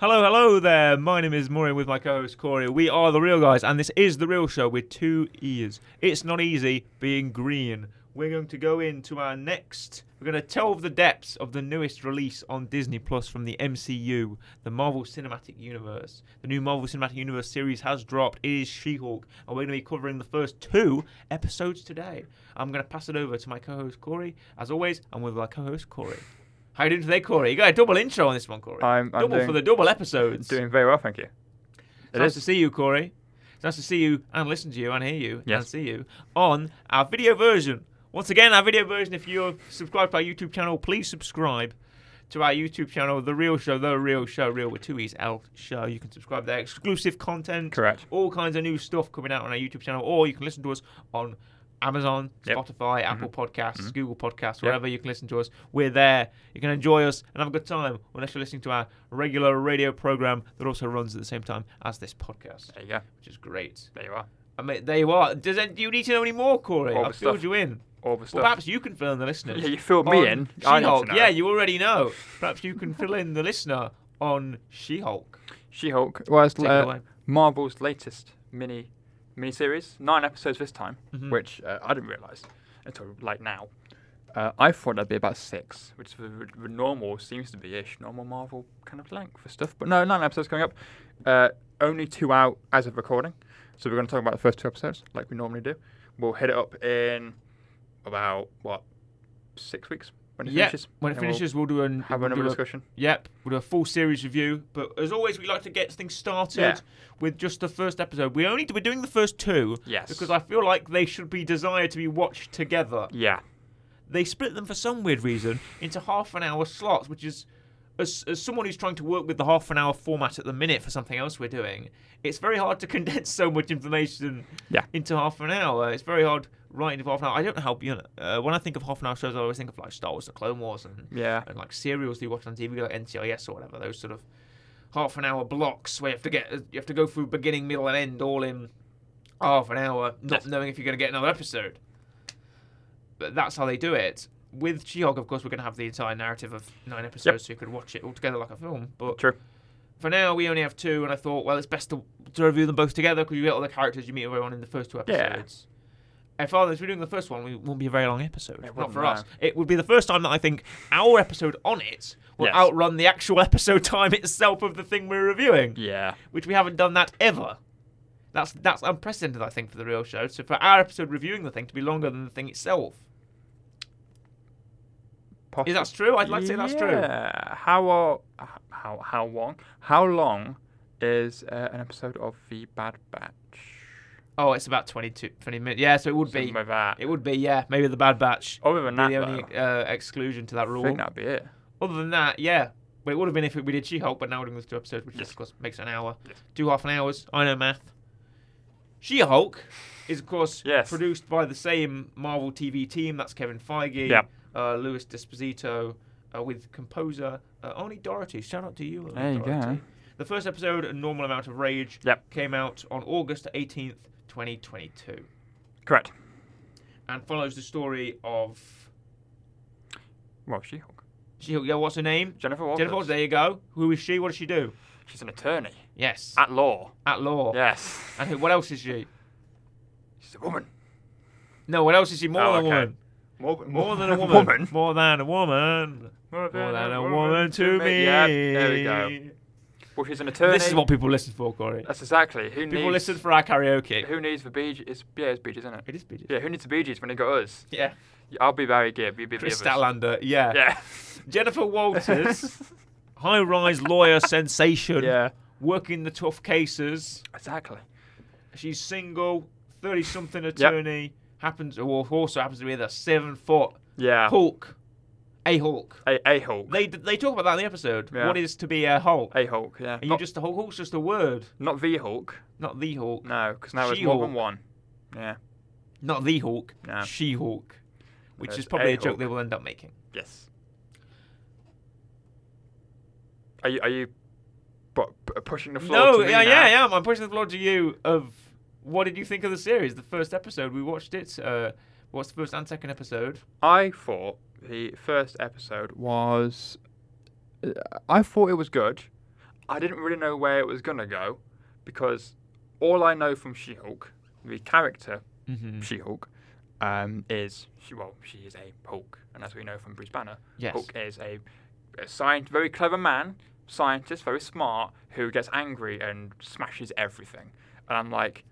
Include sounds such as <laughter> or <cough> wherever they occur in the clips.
Hello, hello there. My name is Maureen with my co host Corey. We are the real guys, and this is the real show with two E's. It's not easy being green. We're going to go into our next. We're going to tell the depths of the newest release on Disney Plus from the MCU, the Marvel Cinematic Universe. The new Marvel Cinematic Universe series has dropped. It is She Hulk, and we're going to be covering the first two episodes today. I'm going to pass it over to my co host Corey. As always, I'm with my co host Corey. How you doing today, Corey? You got a double intro on this one, Corey. I'm- I'm double doing- for the double episodes. Doing very well, thank you. It's nice to see you, Corey. It's nice to see you and listen to you and hear you and Yes. see you on our video version. Once again, our video version. If you're subscribed to our YouTube channel, please subscribe to our YouTube channel, The Real Show, The Real Show, Real with Two E's L Show. You can subscribe there. Exclusive content. Correct. All kinds of new stuff coming out on our YouTube channel, or you can listen to us on Amazon, Yep. Mm-hmm. Spotify, Apple Podcasts, Google Podcasts, wherever you can listen to us. We're there. You can enjoy us and have a good time unless you're listening to our regular radio program that also runs at the same time as this podcast, There you go. which is great. There you are. I mean, there you are. Does any, do you need to know any more, Corey? All the I've filled stuff. you in. All the Well, stuff. perhaps you can fill in the listeners. Yeah, you filled me on in. I need to She-Hulk. know. Yeah, you already know. Perhaps you can fill in the listener on She-Hulk. She-Hulk was Take it uh, away. Marvel's latest mini miniseries, nine episodes this time, which uh, I didn't realise until like now. Uh, I thought that'd be about six, which the, the normal seems to be ish normal Marvel kind of length for stuff. But no, nine episodes coming up. Uh, only two out as of recording, so we're going to talk about the first two episodes like we normally do. We'll hit it up in about what six weeks when it Yeah, finishes. when it and we'll finishes, we'll, do an, have we'll another do a- discussion. Yep, we'll do a full series review. But as always, we like to get things started Yeah. with just the first episode. We only we're doing the first two Yes. because I feel like they should be desired to be watched together. Yeah. They split them for some weird reason into half an hour slots, which is. As, as someone who's trying to work with the half an hour format at the minute for something else we're doing, it's very hard to <laughs> condense so much information Yeah. into half an hour. It's very hard writing for half an hour. I don't know how, you know, uh, when I think of half an hour shows, I always think of like Star Wars, The Clone Wars, and Yeah. and like serials that you watch on TV, like NCIS or whatever, those sort of half an hour blocks where you have to get you have to go through beginning, middle, and end all in half an hour, not Yes. knowing if you're going to get another episode. But that's how they do it. With She-Hulk, of course, we're going to have the entire narrative of nine episodes, so you could watch it all together like a film. But True. for now, we only have two, and I thought, well, it's best to, to review them both together because you get all the characters you meet everyone in the first two Yeah. episodes. And for others, we're doing the first one, we won't be a very long episode. Not wouldn't, for no. us. It would be the first time that I think our episode on it will Yes. outrun the actual <laughs> episode time itself of the thing we're reviewing, Yeah. which we haven't done that ever. That's that's unprecedented, I think, for the real show. So for our episode reviewing the thing to be longer than the thing itself, is that true? I'd like to say that's true. Yeah. How are, h- how how long? How long is uh, an episode of the Bad Batch? Oh, it's about 22, 20 minutes. Yeah, so it would be. Something like that. It would be, yeah, maybe the Bad Batch. Other than be that, the though, only uh, exclusion to that I rule. think that'd be it. Other than that, yeah. But it would have been if we did She-Hulk, but now we're doing those two episodes, which Yes. of course makes an hour, Yes. two half an hours. I know math. She-Hulk is of course Yes. produced by the same Marvel TV team. That's Kevin Feige, Yep. uh, Louis Desposito, uh, with composer uh, Arnie Doherty. Shout out to you, Arnie There you go. Doherty. The first episode, A Normal Amount of Rage, Yep. came out on August 18th, 2022, Correct. and follows the story of Well, she Hulk. She-Hulk. Yeah, what's her name? Jennifer Walters. Jennifer, Walters, there you go. Who is she? What does she do? She's an attorney Yes, at, at law. law. Yes. And who, what else is she? She's a woman. No, what else is she? More Oh, than a okay. woman. More, More than <laughs> a woman. More than a woman. More More than a woman to me. Yeah. There we go. Well, she's an attorney. This is what people listen for, Corey. That's exactly who People needs. listen for our karaoke. Who needs the Bee Gees? It's, yeah, it's Bee Gees, isn't it? It is BG. Yeah, who needs the Bee Gees when they got us? Yeah. I'll be Barry Gibb. You be the Chris others. Stallander. Yeah. <laughs> Yeah. Jennifer Walters, <laughs> high-rise lawyer sensation. <laughs> yeah. Working the tough cases. Exactly. She's single, thirty-something attorney. Happens, or also happens to be the seven-foot Yeah. Hulk, a Hulk. A a Hulk. They they talk about that in the episode. Yeah. What is to be a Hulk? A Hulk. Yeah. Are you not, just a Hulk? Hulk's just a word, not the Hulk. not the Hulk. No, because now there's more than She-Hulk. one. Yeah. Not the Hulk. No. She Hulk, which is There's probably a a joke Hulk. they will end up making. Yes. Are you are you bu- pu- pushing the floor? No, to me yeah, now? yeah, yeah. I'm pushing the floor to you. Of what did you think of the series? The first episode we watched it. Uh, what's the first and second episode? I thought uh, the first episode was. I thought it was good. I didn't really know where it was gonna go because all I know from She-Hulk, the character Mm-hmm. She-Hulk, um, is she well, she is a Hulk, and as we know from Bruce Banner, Yes. Hulk is a, a scient- very clever man, scientist, very smart, who gets angry and smashes everything. And I'm like,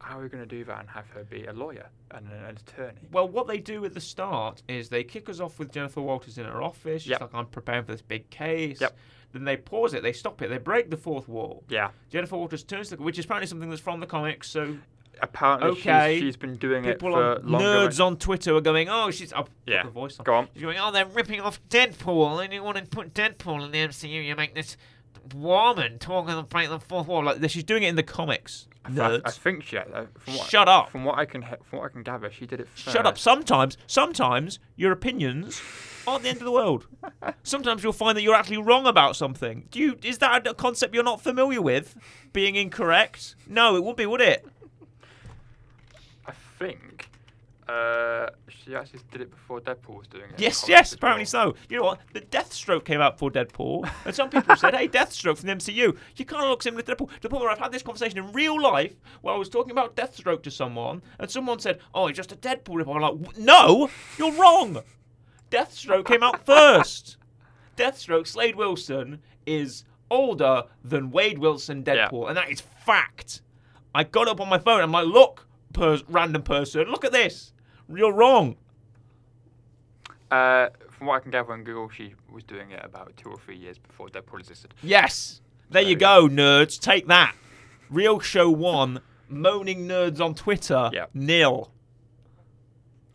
how are we gonna do that and have her be a lawyer and an, an attorney? Well, what they do at the start is they kick us off with Jennifer Walters in her office. She's Yep. like, I'm preparing for this big case. Yep. Then they pause it, they stop it, they break the fourth wall. Yeah, Jennifer Walters turns to the, which is apparently something that's from the comics. So apparently she's- Okay. she's been doing people it on for longer. nerds on Twitter are going, oh, she's. I'll Yeah. put the voice on. Go on. She's going, oh, they're ripping off Deadpool. And you want to put Deadpool in the MCU. You make this woman talking about the fourth wall. Like, she's doing it in the comics. I, Nerds. I think she. Uh, from what, Shut up. From what I can, he- from what I can gather, she did it. First. Shut up. Sometimes, sometimes your opinions aren't the end of the world. <laughs> Sometimes you'll find that you're actually wrong about something. Do you? Is that a concept you're not familiar with? Being incorrect? No, it wouldn't be, would it? I think uh, she actually did it before Deadpool was doing it. in Yes, comics yes, as apparently well. so. You know what? The Deathstroke came out for Deadpool, and some people said, "Hey, Deathstroke from the MCU, you kind of look similar to Deadpool." To the point where I've had this conversation in real life, where I was talking about Deathstroke to someone, and someone said, "Oh, it's just a Deadpool ripoff." I'm like, "W- "No, you're wrong. Deathstroke came out first. Deathstroke, Slade Wilson is older than Wade Wilson Yeah. Deadpool, and that is fact." I got up on my phone. I'm like, "Look, pers- random person, look at this. You're wrong." Uh, from what I can gather on Google, she was doing it about two or three years before Deadpool existed. Yes. There you go, nerds. Take that. Real show one, moaning nerds on Twitter. Yep. Nil.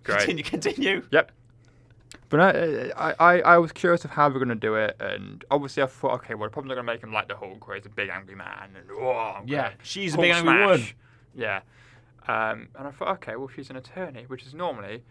Great. Continue. Continue. Yep. But uh, I, I, I, I was curious of how they were going to do it, and obviously I thought, okay, well, they're probably going to make him like the Hulk, where he's a big angry man, and oh, I'm Yeah, gonna she's a Hulk big angry woman. smash." Yeah. Um, and I thought, okay, well, she's an attorney, which is normally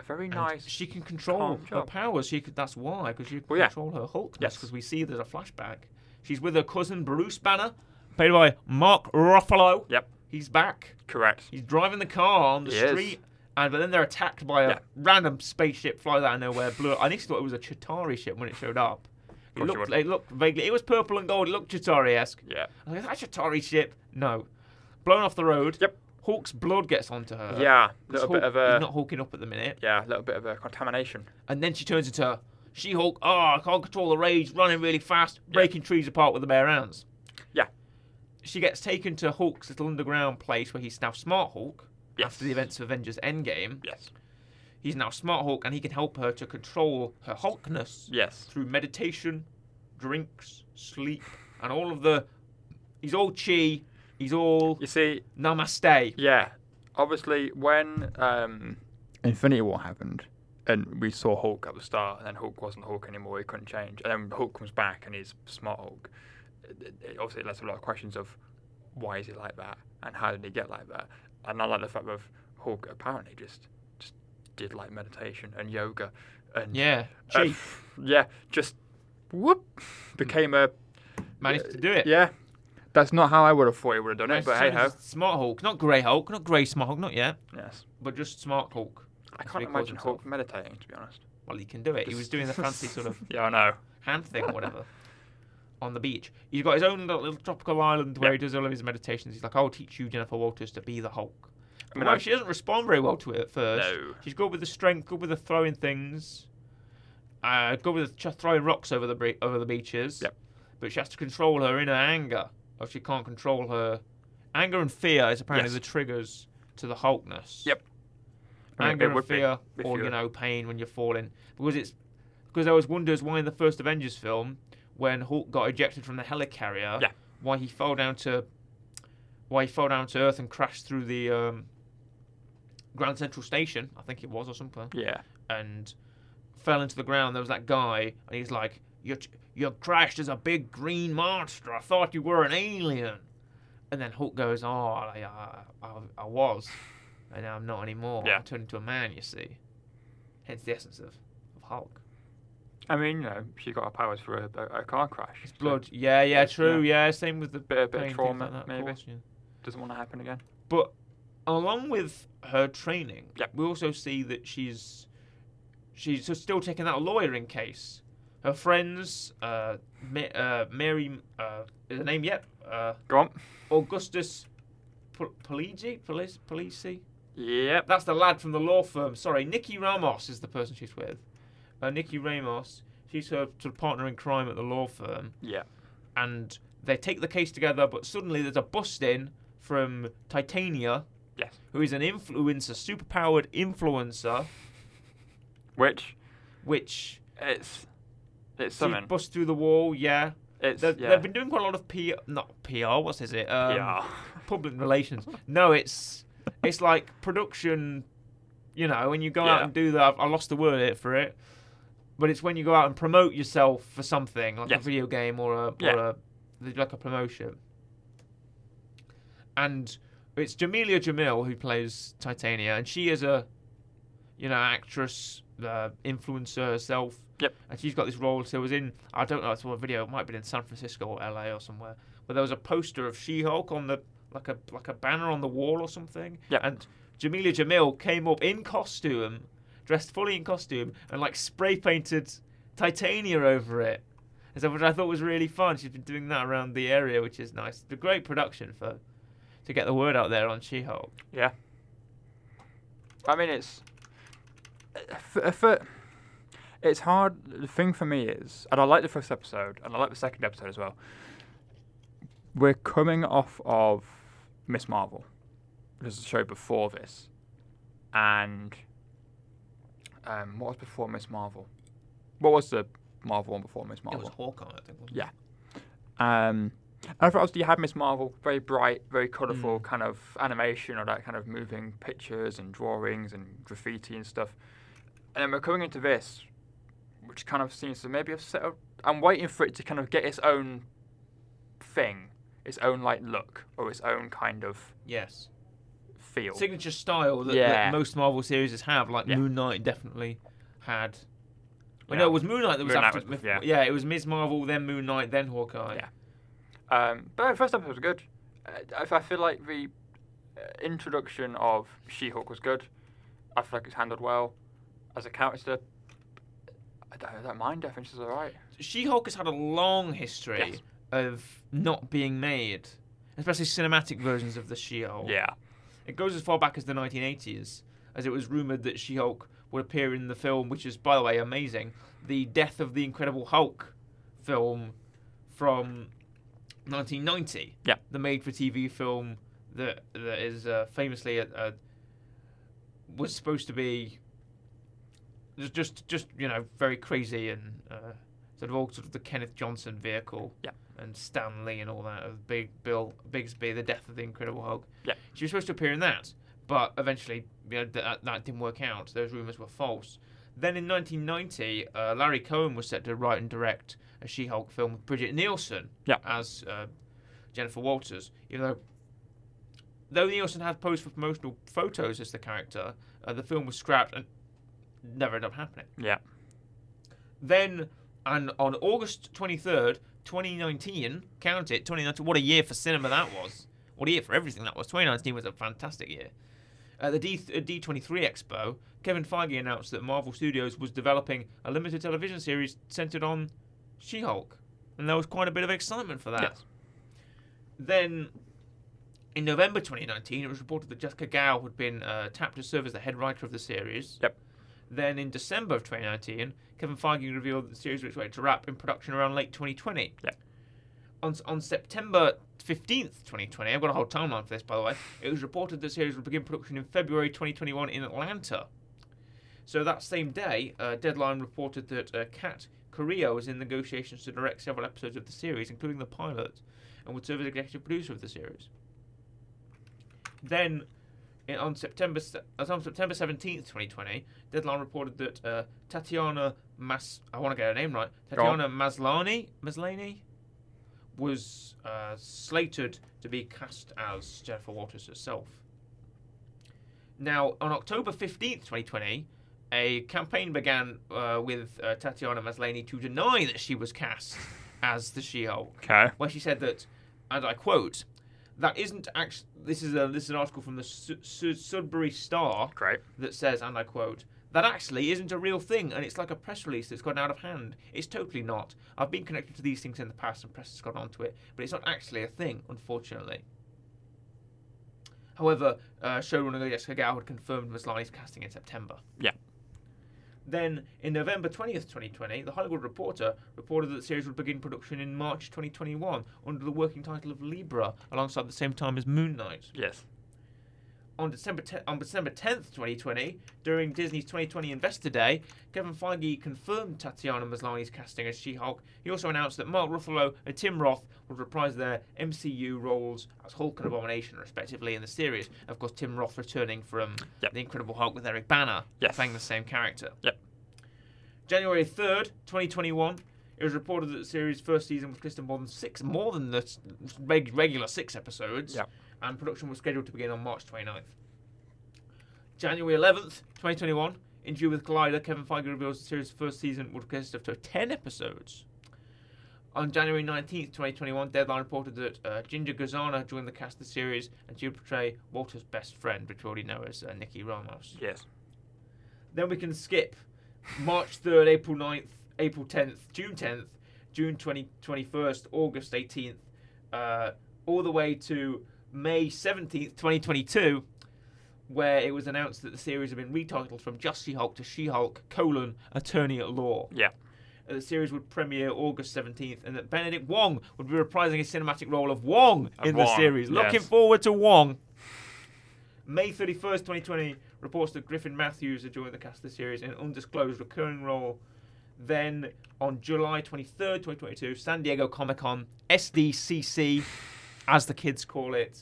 a very nice. She can control Calm her job. powers. She could, that's why, because she can Well, yeah. control her Hulk. Yes. because we see there's a flashback. She's with her cousin Bruce Banner, played by Mark Ruffalo. Yep, He's back. correct. He's driving the car on the He is. street, and but then they're attacked by a Yeah. random spaceship flies out of nowhere. Blue. I initially thought it was a Chitari ship when it showed up. It course it looked, was. it looked vaguely. It was purple and gold. It looked Chitari-esque. Yeah. I was like, "Is that Chitari ship? No. Blown off the road. Yep. Hawk's blood gets onto her. yeah, a 'Cause little Hawk- bit of He's a not hawking up at the minute. yeah, a little bit of a contamination. And then she turns into She-Hulk. Oh, I can't control the rage. Running really fast. Breaking trees apart with the bare hands. Yeah. She gets taken to Hawk's little underground place where he's now Smart Hawk. Yes. After the events of Avengers Endgame. Yes. He's now Smart Hulk, and he can help her to control her Hulkness Yes. through meditation, drinks, sleep, and all of the. He's all chi. He's all You see, namaste. yeah, obviously when um, Infinity War happened and we saw Hulk at the start, and then Hulk wasn't Hulk anymore, he couldn't change, and then Hulk comes back and he's Smart Hulk. It, it- it obviously lets a lot of questions of why is he like that and how did he get like that, and I like the fact that Hulk apparently just just did like meditation and yoga and Yeah, uh, chi yeah, just whoop became a managed to do it. yeah. That's not how I would have thought he would have done Managed it, to but hey turn ho. into Smart Hulk, not Grey Hulk, not Grey Smart Hulk, not yet, Yes. but just Smart Hulk. I That's what can't he calls imagine himself. Hulk meditating, to be honest. Well, he can do it. He was <laughs> doing the fancy sort of yeah, I know. hand thing or whatever on the beach. He's got his own little, little tropical island where he does all of his meditations. He's like, I'll teach you, Jennifer Walters, to be the Hulk. I mean, well, I- she doesn't respond very well to it at first. No. She's good with the strength, good with the throwing things, uh, good with ch- throwing rocks over the bre- over the beaches. Yep. But she has to control her inner anger, or she can't control her anger and fear. Is apparently Yes. the triggers to the Hulkness. Yep. I mean, anger it and would be fear, if or you you were- know, pain when you're falling, because it's because I always wonders why in the first Avengers film, when Hulk got ejected from the helicarrier, Yeah. why he fell down to why he fell down to earth and crashed through the um, Grand Central Station, I think it was, or something, Yeah. and fell into the ground. There was that guy, and he's like, "You you crashed as a big green monster. I thought you were an alien." And then Hulk goes, "Oh, I, I, I, I was, and now I'm not anymore. Yeah. I'm turned into a man. You see, hence the essence of, of Hulk. I mean, you know, she got her powers for a, a, a car crash. It's so blood. Yeah, yeah, it's- true. Yeah, same with the Bit- a bit of pain, things trauma, like that, of maybe. course, yeah. Doesn't want to happen again. But along with her training, Yep. we also see that she's she's just still taking that lawyering case. Her friends, uh, Ma- uh, Mary, uh, is her name yet? Uh, Go on. Augustus P- Poligi? Polis- Polisi? Yep. That's the lad from the law firm. Sorry, Nikki Ramos is the person she's with. Uh, Nikki Ramos, she's her sort of partner in crime at the law firm. Yeah. And they take the case together, but suddenly there's a bust in from Titania, Yes. who is an influencer, superpowered influencer, Which which it's it's she's something. bust through the wall, yeah. It's They've, yeah. they've been doing quite a lot of PR, not PR, what is it? Um, yeah. <laughs> public <laughs> relations. No, it's it's like production. You know, when you go out Yeah. and do that, I've- I lost the word it- for it, but it's when you go out and promote yourself for something like a Yes. video game or a, Yeah. or a like a promotion. And it's Jamelia Jamil who plays Titania, and she is a, you know, actress, uh, influencer herself. Yep. And she's got this role. So it was in I don't know. I saw a video. It might have been in San Francisco or LA or somewhere. But there was a poster of She-Hulk on the like a like a banner on the wall or something. Yep. And Jamelia Jamil came up in costume, dressed fully in costume, and like spray painted Titania over it. And so, which I thought was really fun. She's been doing that around the area, which is nice. The great production for to get the word out there on She-Hulk. Yeah. I mean, it's. If, if it, uh, it's hard. The thing for me is, and I like the first episode, and I like the second episode as well. We're coming off of Miss Marvel, which is the show before this, and um, what was before Miss Marvel? What was the Marvel one before Miss It Marvel? was Hawkeye, I think. Wasn't Yeah. Um, and I thought obviously you had Miss Marvel, very bright, very colourful kind of animation or that kind of moving pictures and drawings and graffiti and stuff. And then we're coming into this, which kind of seems to maybe have settled. I'm waiting for it to kind of get its own thing, its own like look or its own kind of Yes. feel. Signature style that, Yeah. that most Marvel series have, like Yeah. Moon Knight definitely had. Well, Yeah. no, it was Moon Knight that was Moon Knight after. was- yeah. yeah. it was Ms. Marvel, then Moon Knight, then Hawkeye. Yeah. Um, but the first episode was good. Uh, I, I feel like the uh, introduction of She-Hulk was good. I feel like it's handled well as a character. I don't, I don't mind. I think she's all right. She Hulk has had a long history Yes. of not being made, especially cinematic versions of the She Hulk. Yeah. It goes as far back as the 1980s, as it was rumored that She Hulk would appear in the film, which is, by the way, amazing the Death of the Incredible Hulk film from 1990. Yeah. The made for TV film that that is uh, famously uh uh was supposed to be just, just, just you know, very crazy and uh, sort of all sort of the Kenneth Johnson vehicle. Yeah. And Stan Lee and all that of Big Bill Bigsby, the Death of the Incredible Hulk. Yeah. She was supposed to appear in that, but eventually you know, th- that, that didn't work out. Those rumors were false. Then in 1990, uh, Larry Cohen was set to write and direct a She-Hulk film with Bridget Nielsen Yeah. as uh, Jennifer Walters. Even though though Nielsen had posed for promotional photos as the character, uh, the film was scrapped and never ended up happening. Yeah. Then, and on August 23rd, 2019, count it, 2019, what a year for cinema that was. What a year for everything that was. 2019 was a fantastic year. At the D- uh, D23 Expo, Kevin Feige announced that Marvel Studios was developing a limited television series centered on She Hulk. And there was quite a bit of excitement for that. Yes. Then, in November 2019, it was reported that Jessica Gao had been uh, tapped to serve as the head writer of the series. Yep. Then, in December of 2019, Kevin Feige revealed that the series was ready to wrap in production around late 2020. Yep. On, on September 15th, 2020, I've got a whole timeline for this, by the way, it was reported the series would begin production in February 2021 in Atlanta. So that same day, uh, Deadline reported that uh, Kat Korea was in negotiations to direct several episodes of the series, including the pilot, and would serve as executive producer of the series. Then, in, on September se- uh, on September seventeenth, twenty twenty, Deadline reported that uh, Tatiana Mas I want to get her name right Go on. Tatiana Maslany Maslany was uh, slated to be cast as Jennifer Walters herself. Now, on October 15th, 2020, a campaign began uh, with uh, Tatiana Maslany to deny that she was <laughs> cast as the She-Hulk, Okay. where she said that, and I quote, "That isn't actually." This is a this is an article from the Su- Su- Sudbury Star Great. that says, and I quote, that actually isn't a real thing and it's like a press release that's gone out of hand. It's totally not. I've been connected to these things in the past and press has gone onto it, but it's not actually a thing, unfortunately. However, uh, showrunner Jessica Goward confirmed Maslany's casting in September. Yeah. Then, in November 20th, 2020, The Hollywood Reporter reported that the series would begin production in March 2021 under the working title of Libra, alongside the same time as Moon Knight. Yes. On December, te- on December 10th, 2020, during Disney's 2020 Investor Day, Kevin Feige confirmed Tatiana Maslany's casting as She Hulk. He also announced that Mark Ruffalo and Tim Roth would reprise their MCU roles as Hulk and Abomination, respectively, in the series. Of course, Tim Roth returning from Yep. The Incredible Hulk with Eric Banner, Yes. playing the same character. Yep. January 3rd, 2021, it was reported that the series' first season was listed more than six, more than the s- reg- regular six episodes, Yep. and production was scheduled to begin on March 29th. January 11th, 2021, in Due with Collider, Kevin Feige reveals the series' first season would consist of to- 10 episodes. On January 19th, 2021, Deadline reported that uh, Ginger Gazana joined the cast of the series and she would portray Walter's best friend, which we already know as uh, Nikki Ramos. Yes. Then we can skip March 3rd, April 9th, April 10th, June 10th, June 20, 21st, August 18th, uh, all the way to May 17th, 2022, where it was announced that the series had been retitled from Just She-Hulk to She-Hulk, colon, Attorney at Law. Yeah. Uh, The series would premiere August 17th, and that Benedict Wong would be reprising his cinematic role of Wong Of in the Wong, series. Looking yes. forward to Wong. May 31st, 2020, reports that Griffin Matthews had joined the cast of the series in an undisclosed recurring role. Then on July 23rd, 2022, San Diego Comic Con, SDCC, as the kids call it.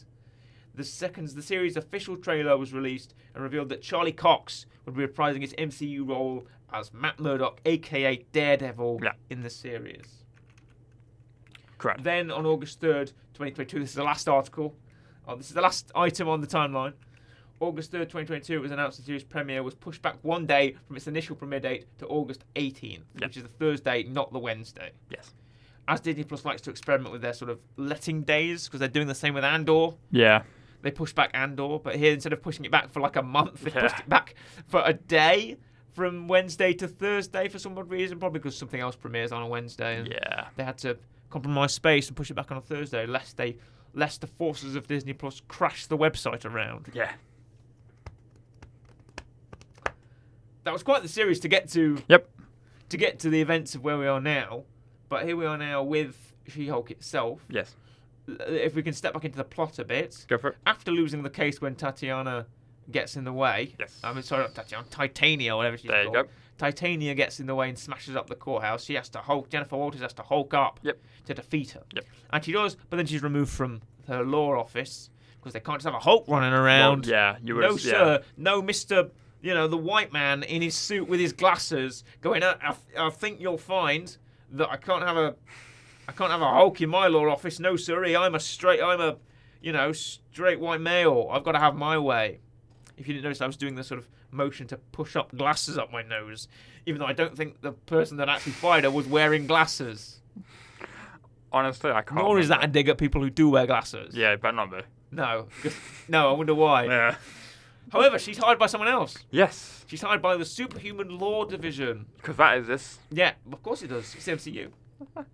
The seconds the series' official trailer was released and revealed that Charlie Cox would be reprising his MCU role as Matt Murdock, aka Daredevil, Yeah. in the series. Correct. Then on August 3rd, 2022, this is the last article. Oh, this is the last item on the timeline. August 3rd, 2022, it was announced the series premiere was pushed back one day from its initial premiere date to August 18th, Yeah. which is the Thursday, not the Wednesday. Yes. As Disney Plus likes to experiment with their sort of letting days, because they're doing the same with Andor. Yeah. They pushed back Andor, but here instead of pushing it back for like a month, they Yeah. pushed it back for a day from Wednesday to Thursday for some odd reason, probably because something else premieres on a Wednesday. and- Yeah. they had to compromise space and push it back on a Thursday, lest they, lest the forces of Disney Plus crash the website around. Yeah. That was quite the series to get to, Yep. to get to the events of where we are now. But here we are now with She-Hulk itself. Yes. L- If we can step back into the plot a bit, Go for it. after losing the case when Tatiana gets in the way. Yes. I mean, sorry, not Tatiana, Titania, whatever she's There you called. go. Titania gets in the way and smashes up the courthouse. She has to Hulk. Jennifer Walters has to Hulk up Yep. to defeat her. Yep. And she does, but then she's removed from her law office because they can't just have a Hulk running around. Well, yeah. You were. no, yeah. sir. No, Mr. You know, the white man in his suit with his glasses going, I, I, I think you'll find that I can't have a. I can't have a Hulk in my law office. No, sirree. I'm a straight. I'm a, you know, straight white male. I've got to have my way. If you didn't notice, I was doing the sort of motion to push up glasses up my nose, even though I don't think the person that actually fired her was wearing glasses. Honestly, I can't. Nor is that a remember. dig at people who do wear glasses. Oh, Yeah, but not me. No. No, I wonder why. Yeah. However, she's hired by someone else. Yes. She's hired by the Superhuman Law Division. Because that is this. Yeah, of course it does. It's MCU. <laughs>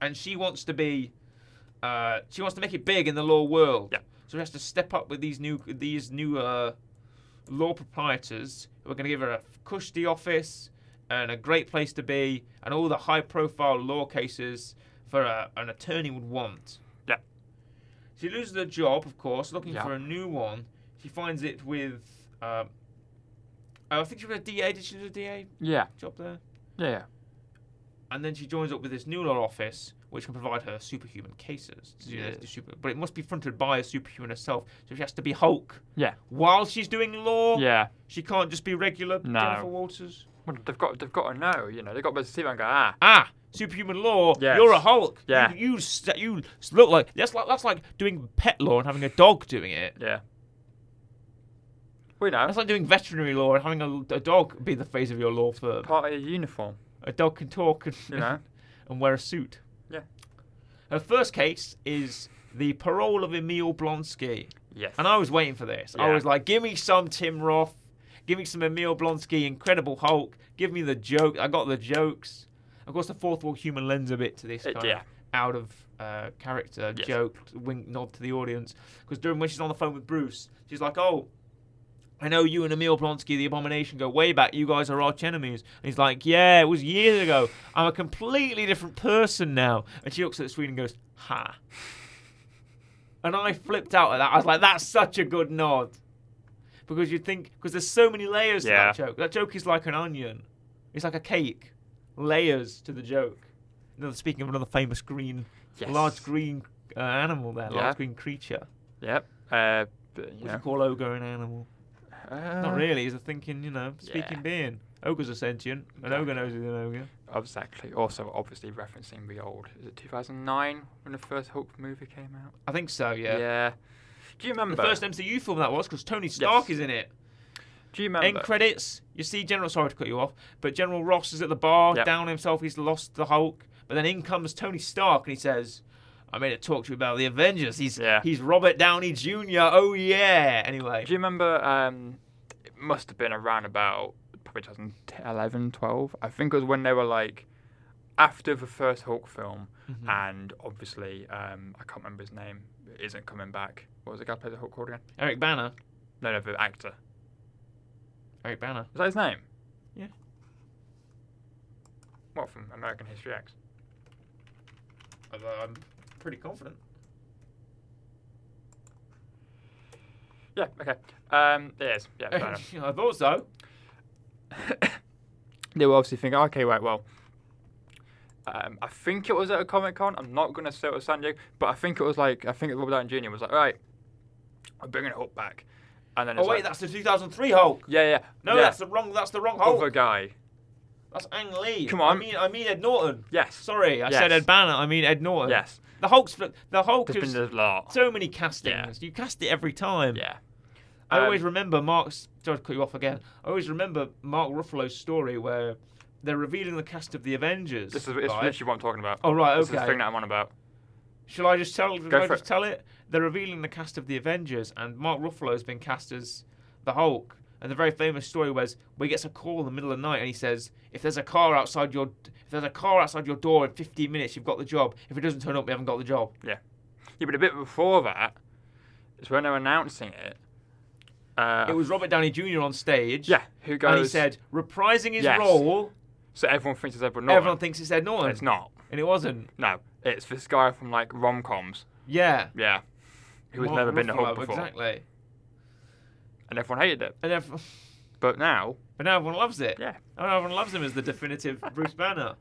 and she wants to be, uh, she wants to make it big in the law world. Yeah. So she has to step up with these new these new uh, law proprietors who are going to give her a cushy office and a great place to be and all the high profile law cases for a, an attorney would want. Yeah. She loses her job, of course, looking Yeah. for a new one. She finds it with. Uh, oh, I think she was a DA. Did she do a DA Yeah. job there? Yeah. yeah. and then she joins up with this new law office, which can provide her superhuman cases. So, you know, Yeah. the super- but it must be fronted by a superhuman herself, so she has to be Hulk. Yeah. While she's doing law, Yeah. she can't just be regular No. Jennifer Walters. Well, they've got. They've got to know. You know. They've got to see and go. Ah. Ah, superhuman law. Yes. You're a Hulk. Yeah. You you, st- you s- look like that's like that's like doing pet law and having a dog doing it. Yeah. We know. That's like doing veterinary law and having a, a dog be the face of your law firm. Part of your uniform. A dog can talk and You know. <laughs> and wear a suit. Yeah. Her first case is the parole of Emil Blonsky. yes. Uh, And I was waiting for this. I Yeah. was like, give me some Tim Roth. Give me some Emil Blonsky, Incredible Hulk. Give me the joke. I got the jokes. Of course, the fourth wall human lends a bit to this Uh, kind yeah. of out of uh, character Yes. joke, wink, nod to the audience. Because during when she's on the phone with Bruce, she's like, "Oh, I know you and Emil Blonsky, the Abomination, go way back. You guys are arch enemies. And he's like, Yeah, it was years ago. I'm a completely different person now. And she looks at the screen and goes, Ha. And I flipped out at that. I was like, That's such a good nod. Because you think, because there's so many layers Yeah. to that joke. That joke is like an onion, it's like a cake. Layers to the joke. Another, speaking of another famous green, Yes. large green uh, animal there, Yeah. large green creature. Yep. Uh, but, you Would you know, call ogre an animal? Not uh, really. He's a thinking, you know, speaking yeah. being. Ogres are sentient. An ogre knows he's an ogre. Exactly. Also, obviously referencing the old. Is it 2009 when the first Hulk movie came out? I think so. Yeah. Do you The remember? first MCU film that was because Tony Stark is in it. do you remember? End credits. You see General. Sorry to cut you off, but General Ross is at the bar, Yep. down himself. He's lost the Hulk. But then in comes Tony Stark, and he says, "I'm here to talk to you about the Avengers." He's Yeah. he's Robert Downey Jr. Oh yeah. Anyway, Do you remember? Um, it must have been around about probably 2011, 12. I think it was when they were like after the first Hulk film, Hmm. Mm-hmm. and obviously um, I can't remember his name. Isn't coming back. What was the guy who played the Hulk called again? Eric Banner. No, no, the actor. Eric Banner. Is that his name? Yeah. What from American History X? I'm pretty confident. Yeah. Okay. Um, it is. Yeah. Fair I <laughs> enough. thought so. they were obviously thinking, okay, right, well, um, I think it was at a Comic Con. I'm not going to say it was San Diego, but I think it was like, I think Robert Downey Jr. was like, right, I'm bringing it up back. And then Oh it's wait, like, that's the 2003 Hulk. yeah, yeah. No, yeah, that's the wrong. That's the wrong Hulk. other guy. That's Ang Lee. Come I on. mean, I mean Ed Norton. Yes. Sorry, I said Yes. Ed Banner. I mean Ed Norton. Yes. The Hulk's the Hulk There's has been a lot. so many castings. You cast it every time. Yeah. I Um, always remember Mark's. Sorry to cut you off again. I always remember Mark Ruffalo's story where they're revealing the cast of the Avengers. This is it's right? literally what I'm talking about. Oh right, This is the okay. thing that I'm on about. Shall I just tell? Shall I for just it. tell it? They're revealing the cast of the Avengers, and Mark Ruffalo has been cast as the Hulk. And the very famous story was where he gets a call in the middle of the night, and he says, "If there's a car outside your, if there's a car outside your door in 15 minutes, you've got the job. If it doesn't turn up, we haven't got the job." Yeah, but a bit before that, it's when they're announcing it. Uh, It was Robert Downey Jr. on stage. yeah, who goes? And he said, reprising his Yes. role, so everyone thinks it's Edward Norton. everyone thinks it's Ed Norton, it's not. and it wasn't. No, it's this guy from like rom coms. Yeah. Yeah. Who has Mark never been to Ruffalo, Hulk before. Exactly. And everyone hated it. And everyone, But now, <laughs> but now everyone loves it. yeah. And everyone loves him as the <laughs> definitive Bruce Banner.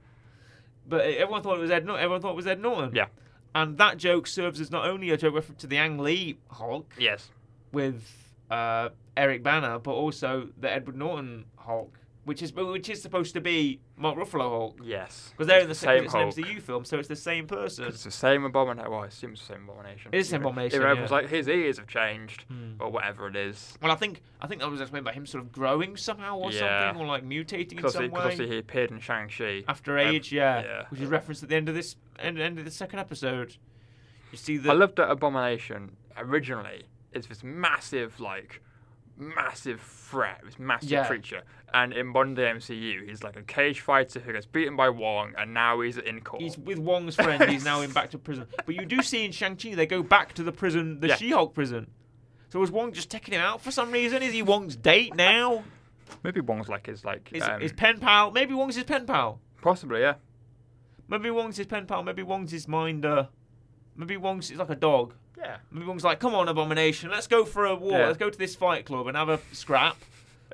But e, everyone thought it was Ed. Norton. Everyone thought it was Ed Norton. Yeah. And that joke serves as not only a joke reference to the Ang Lee Hulk Yes. with uh, Eric Banner, but also the Edward Norton Hulk, which is which is supposed to be Mark Ruffalo Hulk Yes. because they're in the It's same. It's an Hulk. MCU film, so it's the same person. It's the same abomination. Well, I assume it's the same abomination. It is the Even- Abomination, even Everyone's yeah. like, his ears have changed, Hmm. or whatever it is. Well, I think I think that was explained by him sort of growing somehow or Yeah. something, or like mutating in Because some obviously, 'cause obviously way he appeared in Shang-Chi. after Ev- age. Yeah. yeah. Which is referenced at the end of this end, end of the second episode. You see the I loved that Abomination originally is this massive, like, massive threat, this massive Yeah. creature. And in modern day MCU, he's like a cage fighter who gets beaten by Wong, and now he's in court. He's with Wong's friend. He's now in back to prison. But you do see in Shang Chi they go back to the prison, the Yeah. She-Hulk prison. So was Wong just taking him out for some reason? Is he Wong's date now? Maybe Wong's like his, like, Is um, his pen pal? Maybe Wong's his pen pal. possibly, yeah. Maybe Wong's his pen pal. Maybe Wong's his minder. Maybe Wong's is like a dog. Yeah. Maybe Wong's like, come on, Abomination, let's go for a war. Yeah. Let's go to this fight club and have a scrap.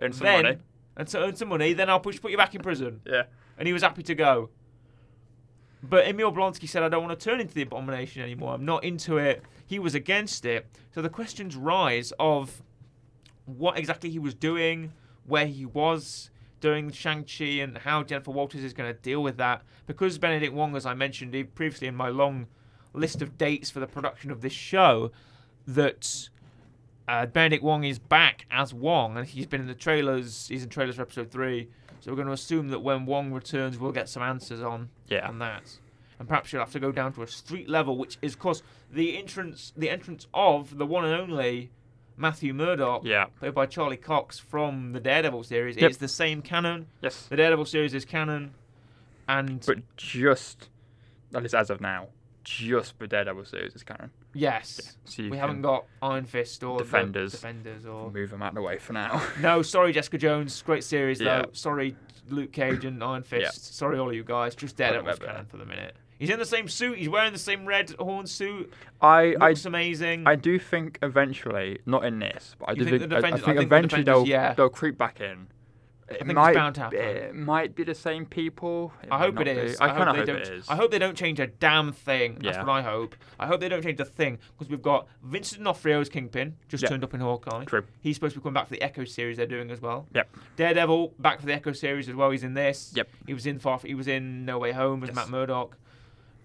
And some then money. and so earn some money. Then I'll push put you back in prison. Yeah. and he was happy to go. But Emil Blonsky said, I don't want to turn into the abomination anymore. I'm not into it. He was against it. So the questions rise of what exactly he was doing, where he was during Shang-Chi, and how Jennifer Walters is going to deal with that. Because Benedict Wong, as I mentioned e- previously in my long list of dates for the production of this show, that uh, Benedict Wong is back as Wong, and he's been in the trailers. He's in trailers for episode three, so we're going to assume that when Wong returns, we'll get some answers on Yeah. on that, and perhaps you'll have to go down to a street level, which is, of course, the entrance the entrance of the one and only Matthew Murdoch, Yeah. played by Charlie Cox from the Daredevil series, Yep. is the same canon. Yes. The Daredevil series is canon, and But just, at least as of now, just the Daredevil series is canon. yes, So you we can haven't got Iron Fist or the Defenders. Defenders or move them out of the way for now. <laughs> no. Sorry, Jessica Jones, great series Yeah. though. Sorry, Luke Cage and Iron Fist. Yeah. Sorry, all of you guys. Just Daredevil's remember canon for the minute. He's in the same suit. He's wearing the same red horn suit. I, I, Looks amazing. I do think eventually, not in this, but I do You think, think the I- I, Defenders- I think think the eventually Defenders, they'll yeah. they'll creep back in. It think it's might, bound to happen. It might be the same people. it I might hope it not be. is. I, kind of they hope, don't, it is. I hope they don't change a damn thing. That's Yeah. what I hope. I hope they don't change a thing because we've got Vincent D'Onofrio as Kingpin, just Yeah. turned up in Hawkeye. True. He's supposed to be coming back for the Echo series they're doing as well. Yep. Daredevil back for the Echo series as well. He's in this. Yep. He was in Far. He was in No Way Home as Yes. Matt Murdock.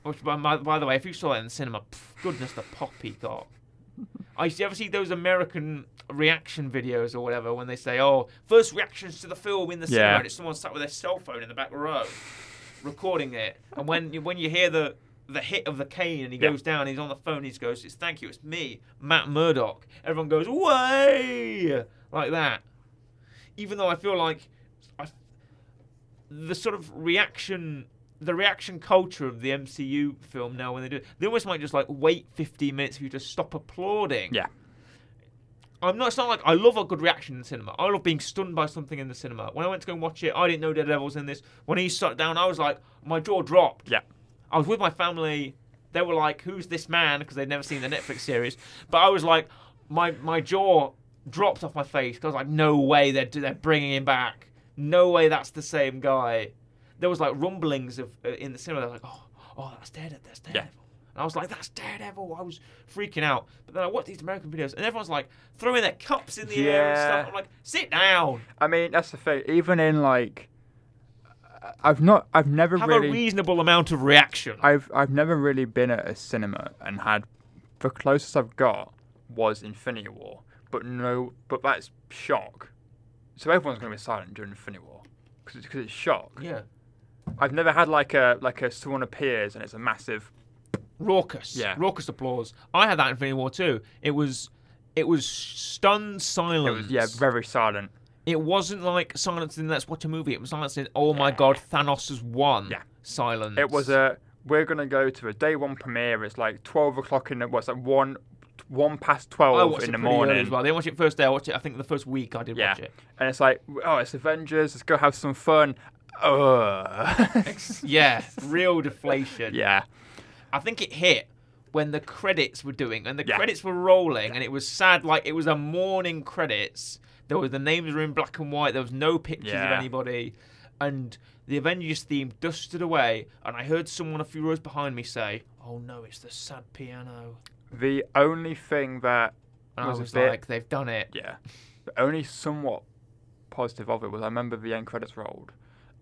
Which, by, by- by the way, if you saw that in the cinema, pff, goodness, the pop he <laughs> got. I used to ever see those American reaction videos or whatever when they say, "Oh, first reactions to the film in the cinema," Yeah. and it's someone sat with their cell phone in the back row recording it. And when you, when you hear the the hit of the cane and he Yeah. goes down, he's on the phone. He just goes, "It's thank you, it's me, Matt Murdock." Everyone goes, "Way!" like that. Even though I feel like I, the sort of reaction, the reaction culture of the MCU film now when they do, it, they almost might just like wait 15 minutes for you to stop applauding. Yeah. I'm not. It's not like I love a good reaction in the cinema. I love being stunned by something in the cinema. When I went to go and watch it, I didn't know Daredevil's in this. When he sat down, I was like, my jaw dropped. Yeah. I was with my family. They were like, "Who's this man?" Because they'd never seen the Netflix series. But I was like, my my jaw dropped off my face because I was like, "No way they're they're bringing him back. No way that's the same guy." There was like rumblings of uh, in the cinema. They were like, "Oh, oh, that's Daredevil. That's Daredevil." And I was like, "That's Daredevil." I was freaking out. But then I watched these American videos, and everyone's like throwing their cups in the air and stuff. Yeah. I'm like, "Sit down. I mean, that's the thing. Even in like, I- I've not, I've never Have really, a reasonable amount of reaction." I've, I've never really been at a cinema and had the closest I've got was Infinity War, but no, but that's shock. So everyone's gonna be silent during Infinity War because it's, 'cause it's shock. yeah, I've never had like a like a someone appears and it's a massive raucous, Yeah. raucous applause. I had that in Infinity War too. It was, it was stunned it silence. was yeah very silent It wasn't like silence in let's watch a movie. It was silence in oh my god, Thanos has won. Yeah. silence. it was a we're gonna go to a day one premiere it's like 12 o'clock in the what's like one one past I 12 watched in it the pretty early morning as well. I didn't watch it first day. I watched it. I think the first week I did yeah watch it. and it's like oh it's avengers let's go have some fun Ugh. Yeah, real deflation. <laughs> yeah I think it hit when the credits were doing and the Yeah. credits were rolling and it was sad like it was a morning credits. There was the names were in black and white, there was no pictures of Yeah. anybody and the Avengers theme dusted away and I heard someone a few rows behind me say, "Oh no, it's the sad piano." the only thing that And was, I was a bit like, "They've done it." yeah the only somewhat positive of it was i remember the end credits rolled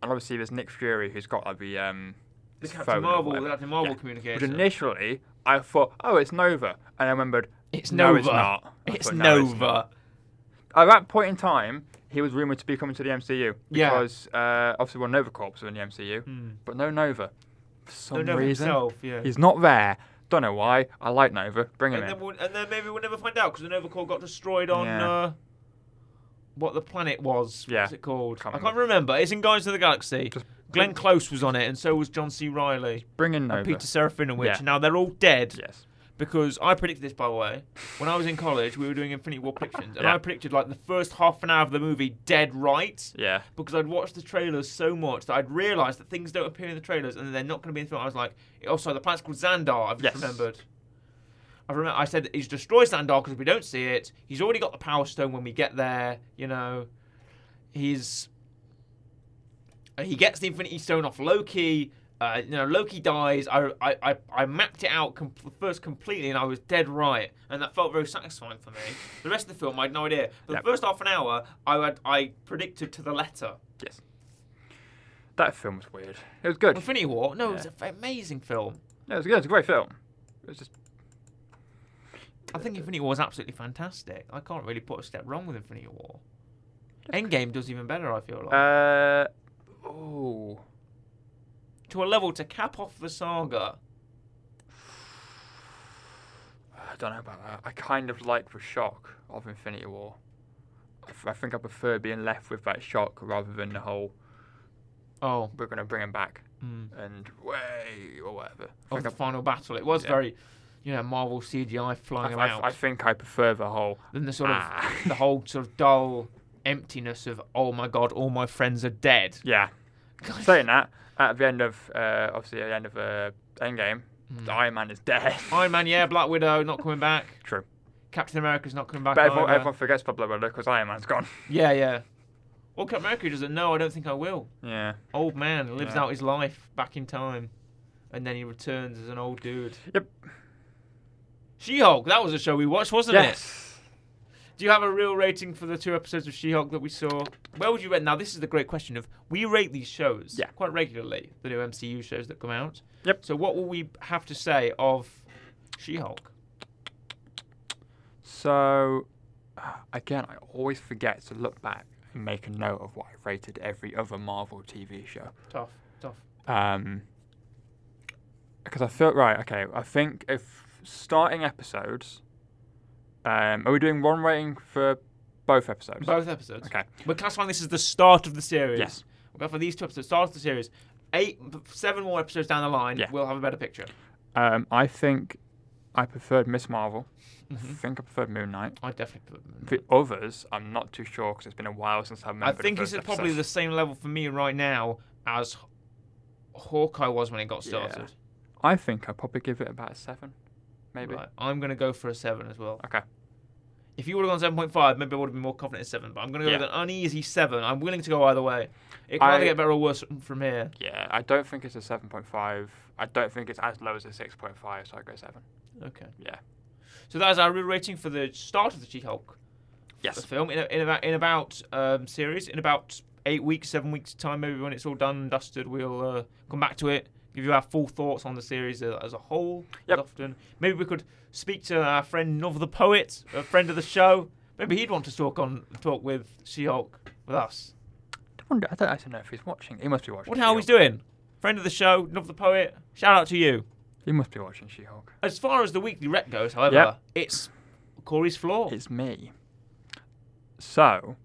and obviously there's nick fury who's got like the um The his Captain phone or Marvel, the whatever. Captain Marvel Yeah. But communication. initially, I thought, oh, it's Nova. And I remembered, It's no, it's Nova. not. I It's thought, "No, it's Nova. not." At that point in time, he was rumored to be coming to the MCU Yeah. Hmm. because uh, obviously, well, Nova Corps are in the MCU, but no Nova. For some No, Nova reason, Mm. himself, yeah. he's not there. Don't know why. I like Nova. Bring him and, then in. we'll, and then maybe we'll never find out because the Nova Core got destroyed on Yeah. uh, what the planet was. Yeah. What's it called? Can't I can't remember. It's in Guardians of the Galaxy. Just- Glenn Close was on it, and so was John C. Riley Bring in Nova. and Peter Serafinowicz. Yeah. And Now they're all dead Yes. because I predicted this, by the way. When I was in college, we were doing Infinity War predictions, and Yeah. I predicted like the first half an hour of the movie dead right. Yeah. because I'd watched the trailers so much that I'd realised that things don't appear in the trailers and they're not going to be in the film. I was like, also, the planet's called Xandar. I've just Yes. remembered. I remember I said that he's destroyed Xandar because we don't see it. He's already got the Power Stone when we get there. You know, he's uh, he gets the Infinity Stone off Loki. Uh, you know, Loki dies. I I, I, I mapped it out com- first completely, and I was dead right, and that felt very satisfying for me. The rest of the film, I had no idea. But Yep. the first half an hour, I had, I predicted to the letter. Yes. That film was weird. It was good. Infinity War. No, it's Yeah. an amazing film. Yeah, it was good. It was a great film. It was just I think Infinity War is absolutely fantastic. I can't really put a step wrong with Infinity War. Endgame does even better. I feel like uh oh. to a level to cap off the saga. I don't know about that. I kind of like the shock of Infinity War. I, f- I think I prefer being left with that shock rather than the whole Oh, we're going to bring him back mm. and way or whatever. I of think the I, final battle, it was Yeah. very, you know, Marvel CGI flying I- I- about. I think I prefer the whole. Then the sort of Ah. <laughs> the whole sort of dull emptiness of oh my god, all my friends are <laughs> dead. Yeah. God. Saying that, at the end of uh, obviously at the end of uh, Endgame, Iron Man is dead. Hmm. Iron Man, yeah, Black Widow not coming back. True. Captain America's not coming back. But everyone, either. everyone forgets Pablo Widow because Iron Man's gone. Yeah, yeah. Well, Captain America doesn't know. I don't think I will. yeah. Old man lives Yeah. out his life back in time, and then he returns as an old dude. Yep. She-Hulk. That was a show we watched, wasn't it? Yes. Do you have a real rating for the two episodes of She-Hulk that we saw? Where would you rate? Now, this is the great question of we rate these shows Yeah. quite regularly, the new MCU shows that come out. Yep. So, what will we have to say of She-Hulk? So, uh, again, I always forget to look back and make a note of what I rated every other Marvel TV show. Tough, tough. Um, because I felt right. Okay, I think if starting episodes, um, are we doing one rating for both episodes? Both episodes. Okay. We're classifying this as the start of the series. Yes. We're going for these two episodes. Start of the series. Eight, seven more episodes down the line, Yeah. we'll have a better picture. Um, I think I preferred Miss Marvel. Mm-hmm. I think I preferred Moon Knight. I definitely. put- The others, I'm not too sure because it's been a while since I remember. Mm-hmm. I think it's at probably the same level for me right now as Hawkeye was when it got Yeah. started. I think I'd probably give it about a seven, maybe. Right. I'm going to go for a seven as well. Okay. If you would have gone 7.5, maybe I would have been more confident at seven. But I'm going to go Yeah. with an uneasy seven. I'm willing to go either way. It can either I- get better or worse from here. Yeah, I don't think it's a 7.5. I don't think it's as low as a 6.5, so I go 7. Okay. Yeah. So that is our real rating for the start of the She-Hulk Yes. film in, a, in about in about um, series in about eight weeks, seven weeks time, maybe when it's all done and dusted, we'll uh, come back to it. Give you our full thoughts on the series uh, as a whole. as Yep. Often, maybe we could speak to our friend Nov the poet, a friend of the show. Maybe he'd want to talk on talk with She-Hulk with us. I, wonder, I don't actually know if he's watching. He must be watching. What how he's She-Hulk. doing? Friend of the show, Nov the poet. Shout out to you. He must be watching She Hulk. As far as the weekly rep goes, however, Yep. it's Corey's floor. It's me. So,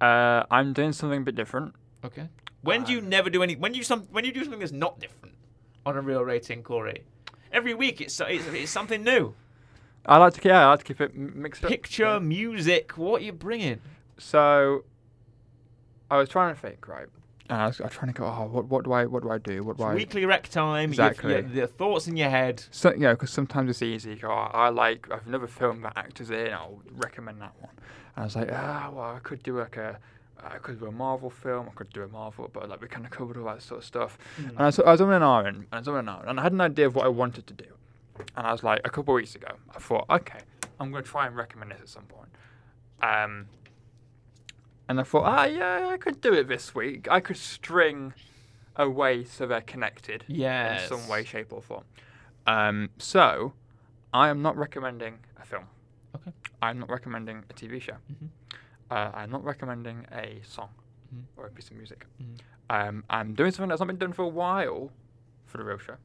uh, I'm doing something a bit different. Okay. When Um, do you never do any? When you some? When you do something that's not different on a real rating, Corey? Every week it's so- it's, it's something <laughs> new. I like to keep, yeah, I like to keep it m- mixed Picture, up. music, what are you bringing? So, I was trying to think, right? And I was, I was trying to go, oh, what, what do I, what do I do? What do It's I? weekly rec time. Exactly. Your, your, the thoughts in your head. So, you know, because sometimes it's easy. Oh, I like I've another film that actors in. I'll recommend that one. And I was like, ah, well, I could do like a, I could do a Marvel film. I could do a Marvel, but like we kind of covered all that sort of stuff. And I was, I was on an iron, and I was on an iron, and I had an idea of what I wanted to do. And I was like, a couple of weeks ago, I thought, okay, I'm gonna try and recommend this at some point. Um, and I thought, ah, yeah, I could do it this week. I could string away so they're connected Yes. in some way, shape, or form. Um, so, I am not recommending a film. Okay. I'm not recommending a TV show. Mhm. Uh, I'm not recommending a song Mhm. or a piece of music. Mhm. Um, I'm doing something that's not been done for a while for the real show,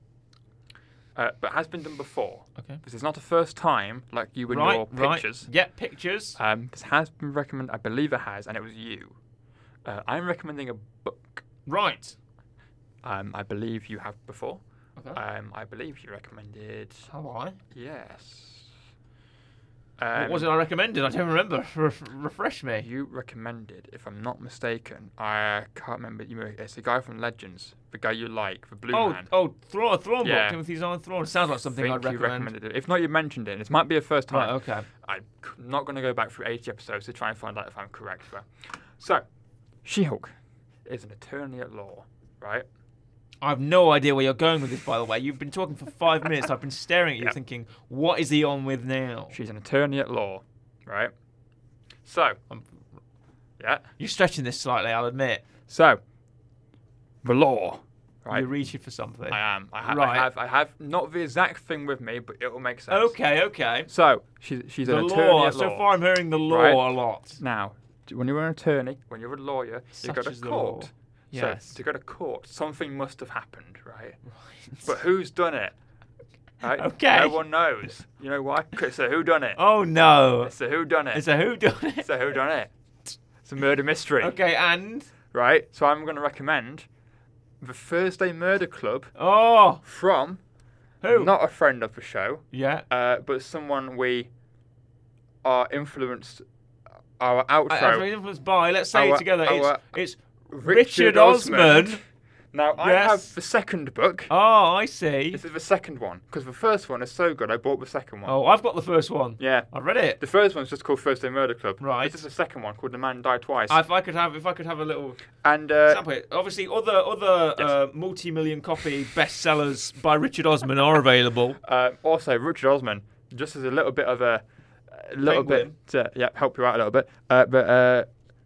uh, but has been done before. Okay. This is not the first time, like you and your pictures. Right. Yeah, pictures. Um, this has been recommended, I believe it has, and it was you. Uh, I'm recommending a book. right. Um, I believe you have before. Okay. Um, I believe you recommended Have I? Yes. Um, what was it I recommended? I don't remember. <laughs> Re- refresh me. You recommended, if I'm not mistaken, I can't remember. You know, it's the guy from Legends, the guy you like, the blue Oh, man. oh, Thrawn, Thrawn book. Yeah. Timothy's on Thrawn. Sounds like something think I'd you recommend. recommended it. If not, you mentioned it. and This might be a first time. Right. oh. Okay. I'm c- not going to go back through 80 episodes to try and find out if I'm correct. But. So, She-Hulk is an attorney at law, right? I've no idea where you're going with this, by the way. You've been talking for five minutes. I've been staring at you, Yeah. thinking, what is he on with now? She's an attorney at law, right? So, Um, yeah. You're stretching this slightly, I'll admit. So, the law, right? You're reaching for something. I am. I, ha- Right. I have. I have not the exact thing with me, but it will make sense. Okay, okay. So she's she's The an attorney law. at So law. far, I'm hearing the law Right. a lot. Now, d- when you're an attorney, when you're a lawyer, you go Such to is the law. court. Yes. So to go to court, something must have happened, right? But who's done it? right? Okay. No one knows. You know why? 'Cause It's a who done it. Oh no! It's a who done it. It's a whodunit. It's a who done it. It's a murder mystery. Okay, and Right. So I'm going to recommend the Thursday Murder Club oh, from who? not a friend of the show, yeah. uh, but someone we are influenced our I- outro. I've been influenced by. Let's say it Our- together. our- it's, it's Richard Osman. Now I Yes. have the second book. Oh, I see. This is the second one because the first one is so good. I bought the second one. Oh, I've got the first one. Yeah. I read it. The first one's just called Thursday Murder Club. Right. This is the second one called The Man Died Twice. If I could have, if I could have a little and uh, sample, it. obviously other other uh, multi-million copy bestsellers by Richard Osman are available. uh, also Richard Osman, just as a little bit of a, a little Penguin. bit to yeah, help you out a little bit. Uh, but uh,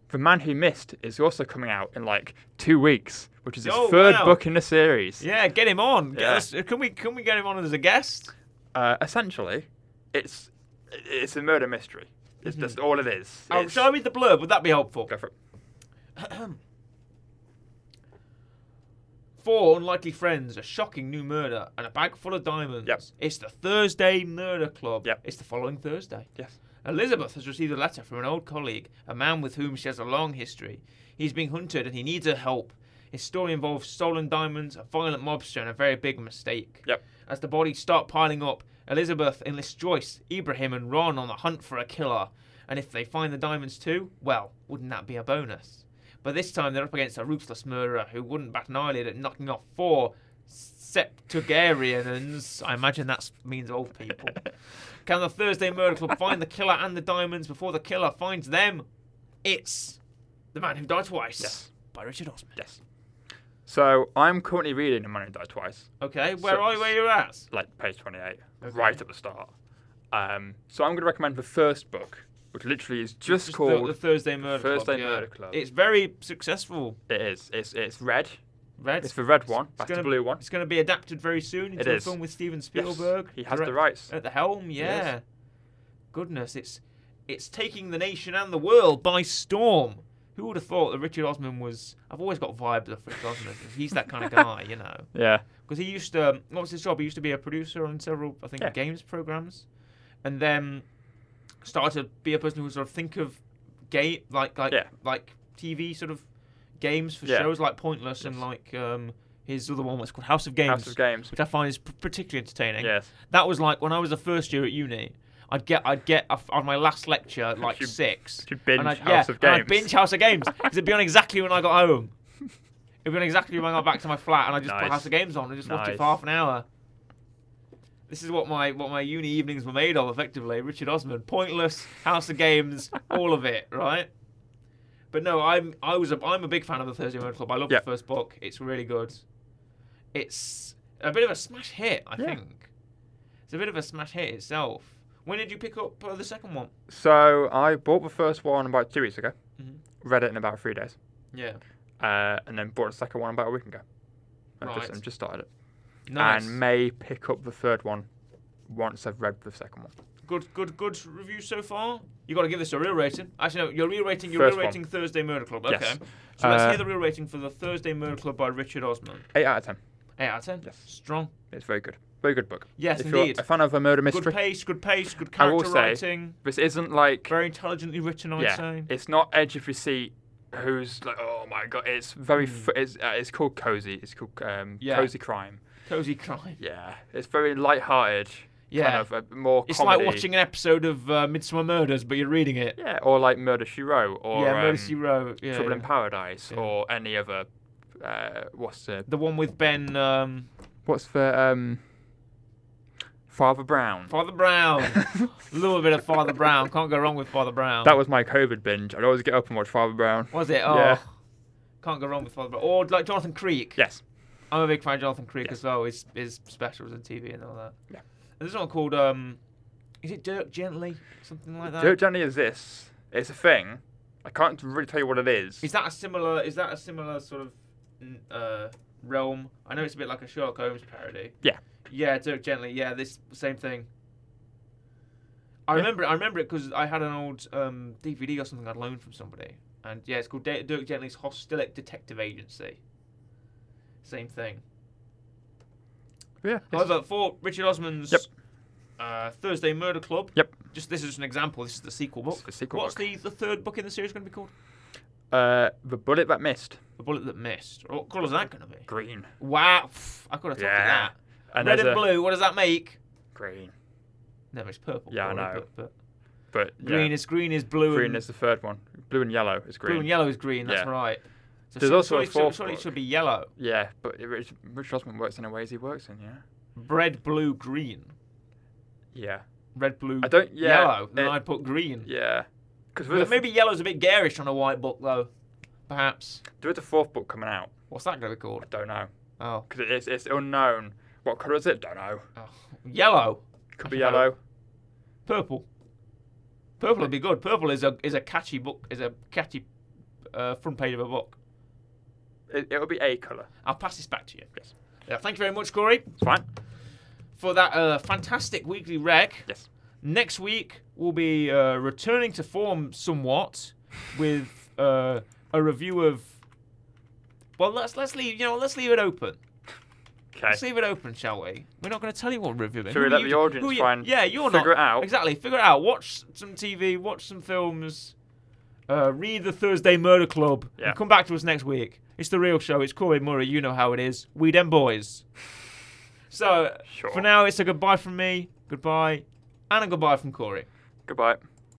The Man Who Missed is also coming out in like two weeks, which is his Oh, third wow. book in the series. Yeah, get him on. Get Yeah. us- can we can we get him on as a guest? Uh, essentially, it's it's a murder mystery. It's just all it is. Mm-hmm. Oh, It's- shall I read the blurb? Would that be helpful? Go for it. Four unlikely friends, a shocking new murder, and a bag full of diamonds. Yep. It's the Thursday Murder Club. Yep. It's the following Thursday. Yes. Elizabeth has received a letter from an old colleague, a man with whom she has a long history. He's being hunted and he needs her help. His story involves stolen diamonds, a violent mobster, and a very big mistake. Yep. As the bodies start piling up, Elizabeth enlists Joyce, Ibrahim, and Ron on the hunt for a killer. And if they find the diamonds too, well, wouldn't that be a bonus? But this time they're up against a ruthless murderer who wouldn't bat an eyelid at knocking off four septuagarians. I imagine that means old <laughs> people. Can the Thursday Murder Club find the killer and the diamonds before the killer finds them? It's The Man Who Died Twice Yes. by Richard Osman. Yes. So I'm currently reading The Man Who Died Twice. Okay, where So- are you? Where you at? like page 28, Okay. right at the start. Um, so I'm going to recommend the first book, which literally is Just just, the- called. the Thursday Murder Thursday Club. yeah. Murder Club. It's very successful. it is. It's it's red. Red. It's the red one. That's gonna, the blue one. It's going to be adapted very soon into a is. film with Steven Spielberg. He has direct- the rights. at the helm. Yeah. Goodness, it's it's taking the nation and the world by storm. Who would have thought that Richard Osman was? I've always got vibes of Richard Osman. He's that kind of <laughs> guy, you know. Yeah. Because he used to, what was his job? He used to be a producer on several, I think, Yeah. games programs, and then started to be a person who would sort of think of game like like Yeah. like TV sort of games for Yeah. shows like Pointless and Yes. like um, his other one was called House of Games, House of Games. which I find is p- particularly entertaining. Yes. That was like when I was a first year at uni. I'd get I'd get off- on my last lecture <laughs> at like You- six. you binge and I'd, House yeah, of and I'd Games. binge House of Games because it'd be on exactly when I got home. It'd be on exactly when I got back to my flat, and I just put Nice. House of Games on and just watched it for Nice. half an hour. This is what my what my uni evenings were made of, effectively. Richard Osman, pointless House of <laughs> Games, all of it, right? But no, I'm I was a, I'm a big fan of the Thursday Murder Club. I love Yep. the first book. It's really good. It's a bit of a smash hit, I Yeah. think. It's a bit of a smash hit itself. When did you pick up uh, the second one? <laughs> So I bought the first one about two weeks ago, Mhm. read it in about three days, Yeah, uh, and then bought the second one about a week ago. I Right. just, I've just started it. nice. And may pick up the third one once I've read the second one. good, good, good review so far. You got to give this a real rating. Actually, no, you're real rating. You're First real rating Thursday Murder Club. Okay. Yes. So let's Uh, hear the real rating for the Thursday Murder Club by Richard Osman. Eight out of ten. Eight out of ten. Yes. Strong. It's very good. Very good book. Yes, if you're indeed. a fan of a murder mystery, Good pace. Good pace. Good I character will say- writing. this isn't like Very intelligently written, I'd say. It's not edge of your seat. Who's like, oh my god! It's very. F- it's uh, it's called cozy. It's called um, Hmm. Yeah. cozy crime. Cozy crime. Yeah, it's very light-hearted. Yeah. kind of a more. It's comedy. like watching an episode of uh, Midsummer Murders, but you're reading it. Yeah, or like Murder She Wrote, or yeah, um, Murder She Wrote. Yeah, Trouble yeah. in Paradise, Yeah. or any other. Uh, what's the The one with Ben, um, what's the um, Father Brown? Father <laughs> Brown. <laughs> A little bit of Father Brown. Can't go wrong with Father Brown. That was my COVID binge. I'd always get up and watch Father Brown. Was it? Oh, Yeah. can't go wrong with Father Brown. Or like Jonathan Creek. Yes. I'm a big fan of Jonathan Creek Yeah. as well. His his specials on TV and all that. Yeah. And there's one called um, is it Dirk Gently? Something like that. Dirt Journey exists. It's a thing. I can't really tell you what it is. Is that a similar? Is that a similar sort of n- uh, realm? I know it's a bit like a Sherlock Holmes parody. Yeah. Yeah, Dirk Gently. Yeah, this same thing. I Yeah. remember. It, I remember it because I had an old um, DVD or something I'd loaned from somebody, and yeah, it's called Da- Dirk Gently's Hostilic Detective Agency. Same thing. Yeah. it's- However, for Richard Osman's Yep. uh, Thursday Murder Club. Yep. Just this is just an example. This is the sequel book. It's the sequel What's book. the the third book in the series going to be called? Uh, the bullet that missed. The Bullet That Missed. What colour is that going to be? Green. Wow, pff, I could have talked Yeah. to that. Red there's and a- blue. What does that make? Green. No, it's purple. Yeah, I colour, know. But, But but green yeah, is green is blue. green and, is the third one. Blue and yellow is green. blue and yellow is green. That's Yeah. right. So There's sur- also a surely, sur- fourth surely it book. should be yellow. Yeah, but it- Rich, Rich Osman works in a ways he works in. Yeah. Red, blue, green. Yeah. Red, blue, I don't- yeah, yellow. Then it- I'd put green. Yeah. Because But with, the f- maybe yellow's a bit garish on a white book, though. Perhaps. with the fourth book coming out, What's that going to be called? I don't know. Oh, Because it's, it's unknown. What colour is it? Don't know. oh. yellow. Could be I dunno. yellow. Purple. Purple would be good. Purple is a is a catchy book. Is a catchy uh, front page of a book. It, it'll be a colour. I'll pass this back to you. Yes. Yeah, thank you very much, Corey, It's fine. for that uh, fantastic weekly rec. Yes. Next week we'll be uh, returning to form somewhat with uh, a review of. Well, let's let's leave you know let's leave it open. Okay. Let's leave it open, shall we? We're not going to tell you what we're reviewing. Should Who we are let you the to- audience who are you- try and yeah, you're figure not, it out? Exactly, figure it out. Watch some TV, watch some films, uh, read the Thursday Murder Club, Yeah. and come back to us next week. It's the real show. It's Corey Murray. You know how it is. We them <laughs> boys. So Sure. for now, it's a goodbye from me. Goodbye, and a goodbye from Corey. Goodbye.